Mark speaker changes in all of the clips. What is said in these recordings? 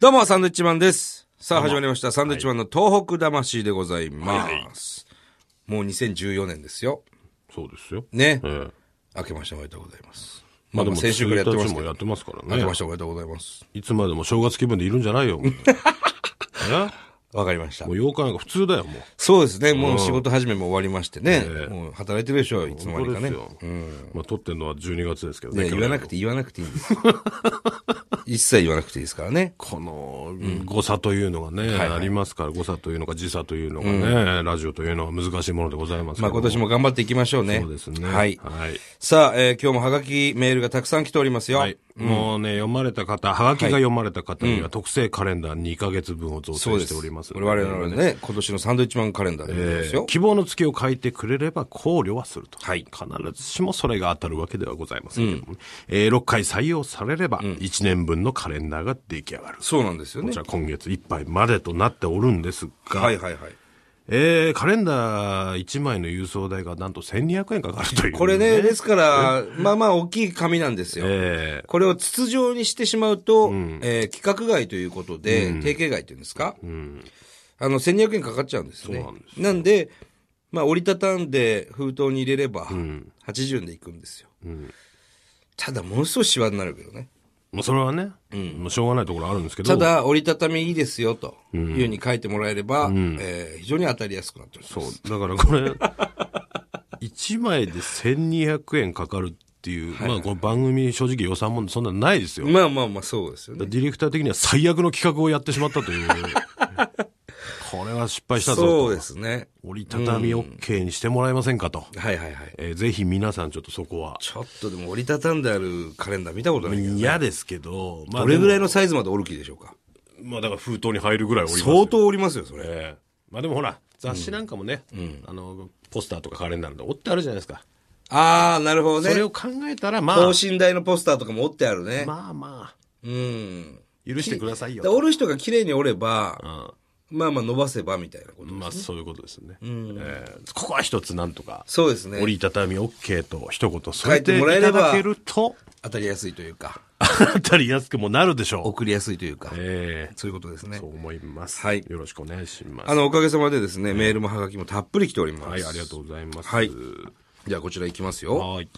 Speaker 1: どうも、サンドイッチマンです。さあ、
Speaker 2: どうも
Speaker 1: 始まりました。サンドイッチマンの東北魂でございます。もう2014年ですよ。
Speaker 2: そうですよ。
Speaker 1: ね。
Speaker 2: ええ
Speaker 1: 明けましておめでとうございます。まあ
Speaker 2: まあでも、
Speaker 1: 先週からやってます
Speaker 2: 1日
Speaker 1: け
Speaker 2: もや
Speaker 1: ど
Speaker 2: っ。てますから
Speaker 1: 明け
Speaker 2: ね
Speaker 1: まし。ておめでとうございます。
Speaker 2: いつまでも正月気分でいるんじゃないよ。もう ね
Speaker 1: わかりました
Speaker 2: もう。8日なんか普通だよ、もう。
Speaker 1: そうですね。もう仕事始めも終わりましてね。
Speaker 2: ええ
Speaker 1: もう働いてるでしょう、いつの間
Speaker 2: 本
Speaker 1: にか
Speaker 2: 当で
Speaker 1: ね
Speaker 2: す。よ。まあ撮ってんのは12月ですけど
Speaker 1: い
Speaker 2: ね。
Speaker 1: や言わなくて言わなくていいん ですよ。一切言わなくていいですからね。
Speaker 2: この誤差というのがね、ありますから、誤差というのか時差というのがね、ラジオというのは難しいものでございますけ
Speaker 1: まあ
Speaker 2: ど
Speaker 1: 今年も頑張っていきましょうね。
Speaker 2: そうですね。
Speaker 1: はい。さあ、えー今日もハガキメールがたくさん来ておりますよ。
Speaker 2: はいもうね、読まれた方、はがきが読まれた方には特製カレンダー2ヶ月分を贈
Speaker 1: そう
Speaker 2: 呈
Speaker 1: で
Speaker 2: して
Speaker 1: す。
Speaker 2: おります。
Speaker 1: 我々のね、今年のサンドイッチマンカレンダーでございますよ。
Speaker 2: 希望の月を書いてくれれば考慮はすると。
Speaker 1: はい
Speaker 2: 必ずしもそれが当たるわけではございませんけどもね、えー6回採用されれば、1年分のカレンダーが出来上がる。
Speaker 1: そうなんですよ
Speaker 2: こ
Speaker 1: ね
Speaker 2: ち。ら今月いっぱいまでとなっておるんですが、
Speaker 1: はいはいはい。
Speaker 2: えーカレンダー1枚の郵送代がなんと1200円かかるという。
Speaker 1: これね、ですから、まあまあ大きい紙なんですよ。
Speaker 2: えー
Speaker 1: これを筒状にしてしまうと、えー規格外ということで、定型外というんですか、あの、1200円かかっちゃうんですね。
Speaker 2: そうなんで
Speaker 1: なんで、まあ、折りたたんで封筒に入れれば、80円でいくんですよ。ただ、ものすごいシワになるけどね。
Speaker 2: もうそれはね、もうしょうがないところあるんですけど、
Speaker 1: ただ、折りたたみいいですよ、というふうに書いてもらえれば、えー非常に当たりやすくなっております。
Speaker 2: そう。だからこれ、1枚で1200円かかるっていう、まあこの番組正直予算もそんなないですよ。
Speaker 1: まあまあまあ、そうですよね。
Speaker 2: ディレクター的には最悪の企画をやってしまった という。これは失敗したぞと。
Speaker 1: そうですね。
Speaker 2: 折りたたみ OK にしてもらえませんかと。
Speaker 1: はいはいはい。
Speaker 2: えーぜひ皆さんちょっとそこは。
Speaker 1: ちょっとでも折りたたんであるカレンダー見たことないけど。
Speaker 2: 嫌ですけど、まあ
Speaker 1: どれぐらい
Speaker 2: い
Speaker 1: のサイズまで折る気でしょうか
Speaker 2: まあだから封筒に入るぐらい折りますよ
Speaker 1: 相当折りますよ、それ。
Speaker 2: ええまあでもほら、雑誌なんかもね、あの、ポスターとかカレンダーなんて折ってあるじゃないですか。
Speaker 1: ああ、なるほど
Speaker 2: それ
Speaker 1: ね。
Speaker 2: を考えたら、まあ
Speaker 1: 等、身大のポスターとかも折ってあるね。
Speaker 2: まあまあ、
Speaker 1: うん。
Speaker 2: 許してください
Speaker 1: だ
Speaker 2: よ
Speaker 1: から。折る人が綺麗に折れば、
Speaker 2: う
Speaker 1: まあまあ伸ばせばみたいなこと。
Speaker 2: ん、まあそういうことですね。えーここは一つなんとか、
Speaker 1: そうですね。
Speaker 2: 折りたたみ OK と一言添
Speaker 1: 書
Speaker 2: え
Speaker 1: いて
Speaker 2: て
Speaker 1: もらえ
Speaker 2: い
Speaker 1: れ
Speaker 2: た
Speaker 1: ば
Speaker 2: だけると、
Speaker 1: 当たりやすいというか、
Speaker 2: 当たりやすくもなるでしょう。
Speaker 1: 送りやすいというか、
Speaker 2: ええ
Speaker 1: そういうことですね
Speaker 2: そ。う思います。
Speaker 1: はい
Speaker 2: よろしくお願いします。
Speaker 1: あの、おかげさまでですね、メールもハガキもたっぷり来ております。
Speaker 2: はい、ありがとうございます。
Speaker 1: はいじゃあこちら行きますよ。
Speaker 2: はい。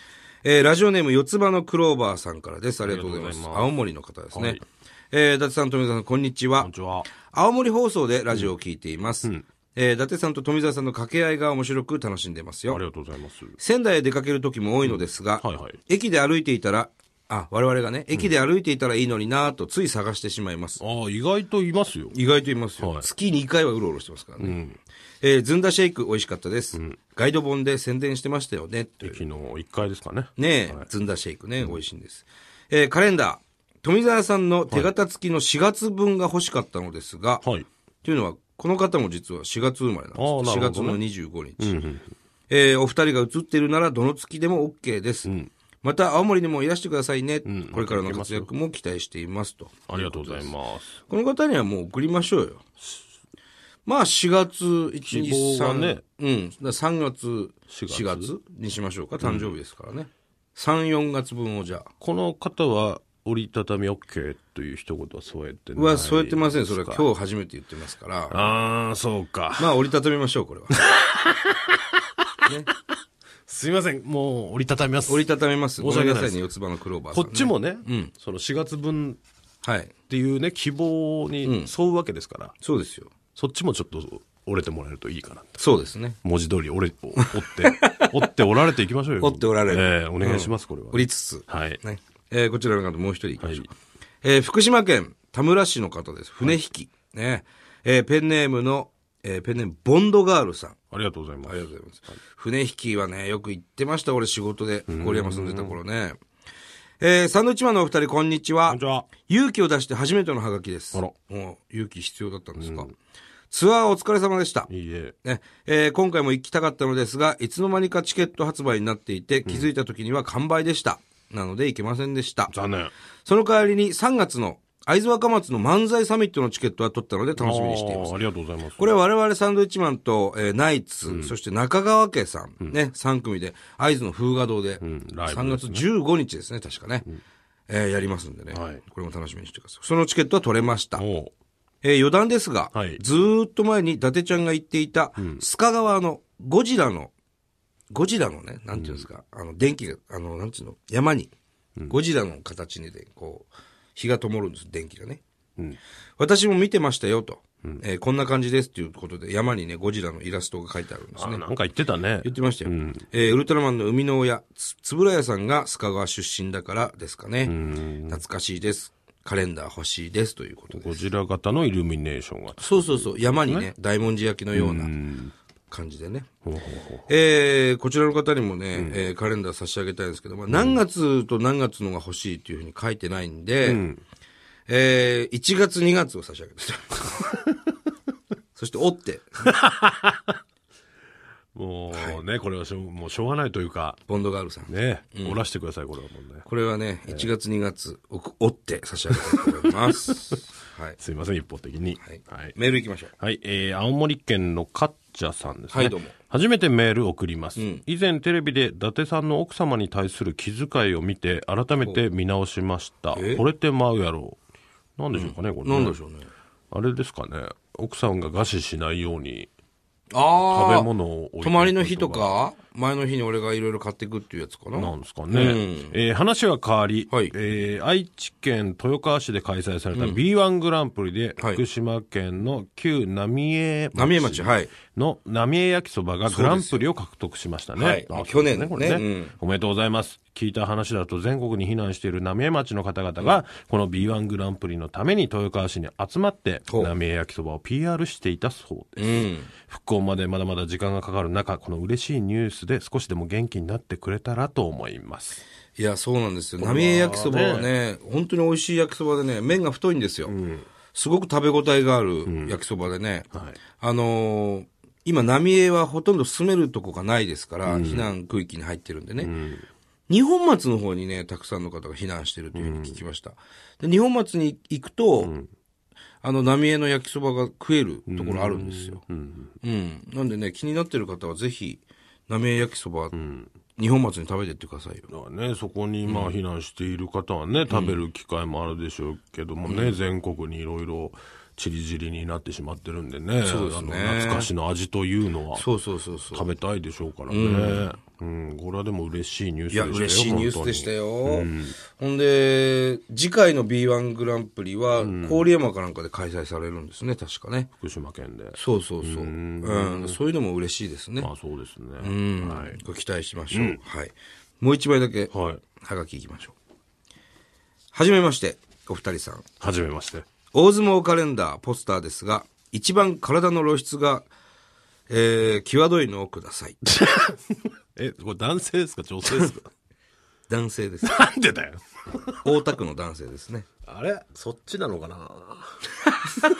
Speaker 1: えーラジオネーム、四つ葉のクローバーさんからです。ありがとうございます。
Speaker 2: ありがとうございます
Speaker 1: 青森の方ですね。
Speaker 2: はい
Speaker 1: えー伊達さん、富澤さん、こんにち
Speaker 2: こん
Speaker 1: は
Speaker 2: に。ちは。
Speaker 1: 青森放送でラジオを聞いています。えー伊達さんと富澤さんの掛け合いが面白く楽しんでます
Speaker 2: あ
Speaker 1: よ
Speaker 2: り。がとうございます。
Speaker 1: 仙台へ出かける時も多いのですが、
Speaker 2: うんはいはい
Speaker 1: 駅で歩いていたら、あ、我々がね、駅で歩いていたらいいのになぁとつい探してしまいます。
Speaker 2: ああ、意外といますよ。
Speaker 1: 意外といますよ。
Speaker 2: はい
Speaker 1: 月2回はうろうろしてますからね。えーずんだシェイク美味しかったです。ガイド本で宣伝してましたよね。という
Speaker 2: 昨日1回ですかね。
Speaker 1: ねえ、ずんだシェイクね、美味しいんです。えーカレンダー。富澤さんの手形付きの4月分が欲しかったのですが、
Speaker 2: はい。
Speaker 1: というのは、この方も実は4月生まれなんですよ。
Speaker 2: ああな
Speaker 1: 4
Speaker 2: るほ
Speaker 1: 月
Speaker 2: ど
Speaker 1: の
Speaker 2: ね
Speaker 1: 25日。えーお二人が写っているなら、どの月でも OK です。また、青森にもいらしてくださいね。これからの活躍も期待していますと。
Speaker 2: ありがとうございます。
Speaker 1: この方にはもう送りましょうよ。まあ、4月1、
Speaker 2: 希望
Speaker 1: 2、
Speaker 2: が
Speaker 1: 3。
Speaker 2: ね
Speaker 1: うん。だ3月、4月
Speaker 2: 月
Speaker 1: にしましょうか。誕生日ですからね。3、4月分をじゃあ。
Speaker 2: この方は折りたたみ OK という一言は添えてない
Speaker 1: は、そうやってません。それは今日初めて言ってますから。
Speaker 2: ああそうか
Speaker 1: まあ、折りたたみましょう、これ は。
Speaker 2: すいませんもう折りたたみます
Speaker 1: 折りたたみます。
Speaker 2: 申
Speaker 1: ご
Speaker 2: し
Speaker 1: めん
Speaker 2: 訳
Speaker 1: な
Speaker 2: な
Speaker 1: さい
Speaker 2: いです
Speaker 1: ね、四つ葉のクローバーさ
Speaker 2: こ
Speaker 1: ん、ね。
Speaker 2: っち。もね、その4月分
Speaker 1: はい。
Speaker 2: っていうね希望に沿うわけですから、
Speaker 1: そうですよ。
Speaker 2: そっちもちょっと折れてもらえるといいかなって
Speaker 1: そうですね。
Speaker 2: 文字通り折れ折って 折って折られていきましょうよ
Speaker 1: 折って折られる
Speaker 2: ええお願いします、これは
Speaker 1: 折りつつ。
Speaker 2: はい、
Speaker 1: ね。えーこちらの方もう一人行きましょう。
Speaker 2: はい
Speaker 1: えー福島県田村市の方です。船引き。ね。えーペンネームの、えーペンネーム、ボンドガールさん。
Speaker 2: ありがとうございます
Speaker 1: ありがとうございます。船引きはね、よく行ってました、俺仕事で。郡山住んでた頃ね。えーサンドウィッチマンのお二人、こんにちは。
Speaker 2: こんにちは
Speaker 1: 勇気を出して初めてのハガキです。
Speaker 2: あら
Speaker 1: もう、勇気必要だったんですか。ツアーお疲れ様でした。
Speaker 2: いいえ
Speaker 1: ねえー今回も行きたかったのですが、いつの間にかチケット発売になっていて、気づいた時には完売でした。なので行けませんでした。
Speaker 2: 残念
Speaker 1: その代わりに3月の会津若松の漫才サミットのチケットは取ったので楽しみにしています。
Speaker 2: あーありがとうございます
Speaker 1: これは我々サンドウィッチマンと、えーナイツ、そして中川家さん、ね、3組で、会津の風雅堂で、
Speaker 2: んライブ
Speaker 1: 3月15日ですね、確かね。えーやりますんでね、
Speaker 2: はい
Speaker 1: これも楽しみにしてください。そのチケットは取れました。
Speaker 2: おう
Speaker 1: えー余談ですが、
Speaker 2: はい
Speaker 1: ずーっと前に伊達ちゃんが言っていた、須賀川のゴジラの、ゴジラのね、なんていうんですか、あの、電気が、あの、なんていうの、山に、ゴジラの形にで、こう、火が灯るんです、電気がね。
Speaker 2: うん
Speaker 1: 私も見てましたよと、えーこんな感じですっていうことで、山にね、ゴジラのイラストが書いてあるんです
Speaker 2: あ
Speaker 1: ね。
Speaker 2: なんか言ってたね。
Speaker 1: 言ってましたよ。えーウルトラマンの生みの親、つつぶらやさんが須賀川出身だからですかね。懐かしいです。カレンダー欲しいですということで。
Speaker 2: ゴジラ型のイルミネーションが。
Speaker 1: そうそうそう、山にね、大文字焼きのような感じでね。
Speaker 2: ほうほうほう
Speaker 1: えーこちらの方にもね、えーカレンダー差し上げたいんですけど、まあ、何月と何月のが欲しいっていうふうに書いてないんで、えー1月2月を差し上げてそして折って、
Speaker 2: もうね、これはしょうもうしょうがないというか、
Speaker 1: ボンドガールさん。
Speaker 2: ね、おらしてください、これはもうね。
Speaker 1: これはね、1月2月を折って差し上げたいと思います。はい。
Speaker 2: すいません、一方的に。
Speaker 1: はい
Speaker 2: はい。
Speaker 1: メール行きましょう。
Speaker 2: はい、えー青森県のカッチャさんですね。
Speaker 1: はいどうも
Speaker 2: 初めてメール送ります、以前テレビで伊達さんの奥様に対する気遣いを見て、改めて見直しました。
Speaker 1: え
Speaker 2: これってまうやろう。なんでしょうかね、これ、ね。
Speaker 1: なんでしょうね。
Speaker 2: あれですかね。奥さんが餓死しないように
Speaker 1: あ
Speaker 2: 食
Speaker 1: あ。
Speaker 2: べ物を置いておくと
Speaker 1: 泊まりの日とか、前の日に俺がいろいろ買っていくっていうやつかな。
Speaker 2: なんですかね。えー話は変わり、
Speaker 1: はい
Speaker 2: えー愛知県豊川市で開催された B1 グランプリで、
Speaker 1: はい
Speaker 2: 福島県の旧浪江町
Speaker 1: 浪江町、はい。
Speaker 2: の浪江焼きそばがグランプリを獲得しましたね。
Speaker 1: はい
Speaker 2: あ
Speaker 1: 去年ね
Speaker 2: そうですこれね、
Speaker 1: うん
Speaker 2: おめでとうございます。聞いた話だと全国に避難している浪江町の方々が、この B1 グランプリのために豊川市に集まって、
Speaker 1: ほう
Speaker 2: 浪江焼きそばを PR していたそうです。
Speaker 1: うん。
Speaker 2: 復興までまだまだ時間がかかる中、この嬉しいニュースで少しでも元気になってくれたらと思います。
Speaker 1: いや、そうなんですよ。浪江焼きそばはね、本当に美味しい焼きそばでね、麺が太いんですよ。すごく食べ応えがある焼きそばでね。
Speaker 2: はい
Speaker 1: あのー今、浪江はほとんど住めるとこがないですから、避難区域に入ってるんでね。日本松の方にね、たくさんの方が避難してるというふうに聞きました。で日本松に行くと、あの、浪江の焼きそばが食えるところあるんですよ。うん。なんでね、気になってる方はぜひ、浪江焼きそば、日本松に食べてってくださいよ。
Speaker 2: だからね、そこにまあ避難している方はね、食べる機会もあるでしょうけどもね、全国にいろいろ散り散りになってしまってるんでね、
Speaker 1: そうですね
Speaker 2: あの懐かしの味というのは
Speaker 1: そうそうそうそう。
Speaker 2: 食べたいでしょうからね。うん、これはでも嬉しいニュース
Speaker 1: い
Speaker 2: でし
Speaker 1: や、
Speaker 2: たよ。
Speaker 1: 嬉しいニュースでした
Speaker 2: よ。
Speaker 1: よ。ほんで、次回の B1 グランプリは、郡山かなんかで開催されるんですね、確かね。
Speaker 2: 福島県で。
Speaker 1: そうそうそう。うん、そういうのも嬉しいですね。
Speaker 2: まあそうですね。
Speaker 1: うん、
Speaker 2: はい。
Speaker 1: ご期待しましょう。はい。もう一枚だけ、は
Speaker 2: はい。
Speaker 1: がきいきましょう。はじめまして、お二人さん。
Speaker 2: はじめまして。
Speaker 1: 大相撲カレンダー、ポスターですが、一番体の露出が、えー、際どいのをください。
Speaker 2: え、これ男性ですか女性ですか
Speaker 1: 男性 です。
Speaker 2: なんでだよ。
Speaker 1: 大田区の男性ですね。
Speaker 2: あれそっちなのか な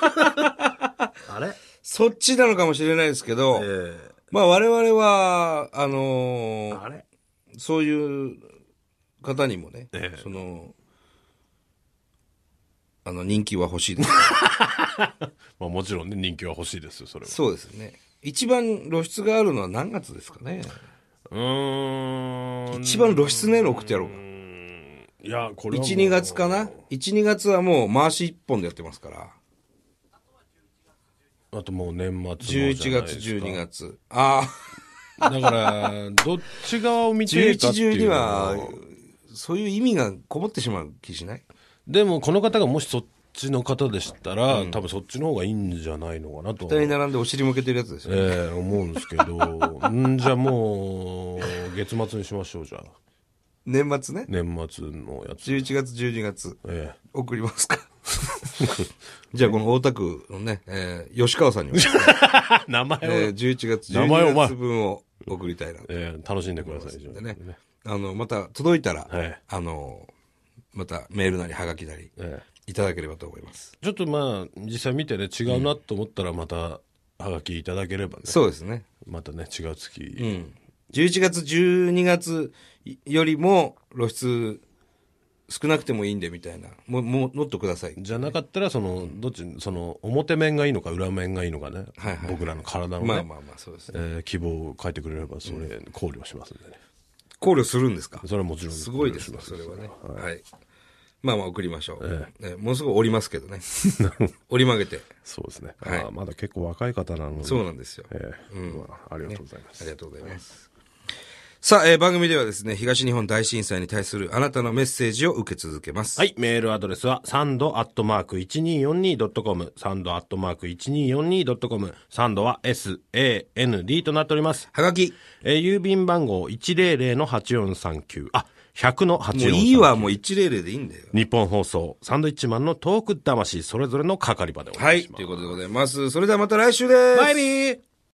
Speaker 2: あれ
Speaker 1: そっちなのかもしれないですけど、
Speaker 2: え
Speaker 1: まあ我々は、あの
Speaker 2: ー
Speaker 1: ー
Speaker 2: れ
Speaker 1: そういう方にもね、
Speaker 2: ええ
Speaker 1: その、あの人気は欲し いです。
Speaker 2: まあもちろんね、人気は欲しいですよ、それは。
Speaker 1: そうですね。一番露出があるのは何月ですかね。
Speaker 2: うーん。
Speaker 1: 一番露出ねえの送ってやろうか。
Speaker 2: いや、これはもう。
Speaker 1: 1、2月かな ?1、2月はもう回し1本でやってますから。
Speaker 2: あともう年末もじゃないです
Speaker 1: 11
Speaker 2: か
Speaker 1: 月、12。月。ああ、
Speaker 2: だから、 どっち側を見てる
Speaker 1: 11、
Speaker 2: かってい
Speaker 1: 12
Speaker 2: うの
Speaker 1: は、そういう意味がこもってしまう気しない
Speaker 2: でもこの方がもしそっちの方でしたら、多分そっちの方がいいんじゃないのかなと。
Speaker 1: 二人並んでお尻向けてるやつですよ。
Speaker 2: ええ思うんですけど。んじゃあもう、月末にしましょう、じゃあ。
Speaker 1: 年末ね。
Speaker 2: 年末のやつ。
Speaker 1: 11月、12月。
Speaker 2: ええ
Speaker 1: 送ります か。じゃあ、この大田区のね、えー吉川さんに も、
Speaker 2: 名前を、
Speaker 1: えー、11月、
Speaker 2: 名前を
Speaker 1: 12
Speaker 2: お前
Speaker 1: 月分を送りたいなと思い
Speaker 2: ええ楽しんでください、じゃ
Speaker 1: ます
Speaker 2: あ
Speaker 1: んでね。あの、また届いたら、
Speaker 2: はい
Speaker 1: あの、またメールなり、はがきなり、
Speaker 2: ええ
Speaker 1: いただければと思います。
Speaker 2: ちょっとまあ、実際見てね、違うなと思ったら、また、はがきいただければね。
Speaker 1: そうですね。
Speaker 2: またね、違う月。
Speaker 1: うん。11月、12月よりも露出少なくてもいいんで、みたいな。も、も、もっとください。
Speaker 2: じゃなかったら、その、どっち、その、表面がいいのか、裏面がいいのかね。
Speaker 1: はいはい
Speaker 2: 僕らの体のね、
Speaker 1: まあまあまあ、そうですね。
Speaker 2: えー希望を書いてくれれば、それ、考慮しますんでね。
Speaker 1: 考慮するんですか
Speaker 2: それはもちろん。
Speaker 1: すごいですね、
Speaker 2: 考慮し
Speaker 1: それはね。はい。まあまあ送りましょう。ねものすごい折りますけどね。折り曲げて。
Speaker 2: そうですね。
Speaker 1: はい
Speaker 2: あーまだ結構若い方なので。
Speaker 1: そうなんですよ。
Speaker 2: ええまあありがとうございます。
Speaker 1: ありがとうございます。さあ、えー番組ではですね、東日本大震災に対するあなたのメッセージを受け続けます。
Speaker 2: はい、メールアドレスはサンドアットマーク 1242.com、サンドアットマーク 1242.com、サンドは SAND となっております。
Speaker 1: はがき。
Speaker 2: えー郵便番号100-8439、あ、100の8439。
Speaker 1: もういいわ、もう100でいいんだよ。
Speaker 2: 日本放送、サンドイッチマンのトーク魂、それぞれの係場でお
Speaker 1: は
Speaker 2: 願い
Speaker 1: い、
Speaker 2: します。
Speaker 1: ということでございます。それではまた来週です。
Speaker 2: バイビー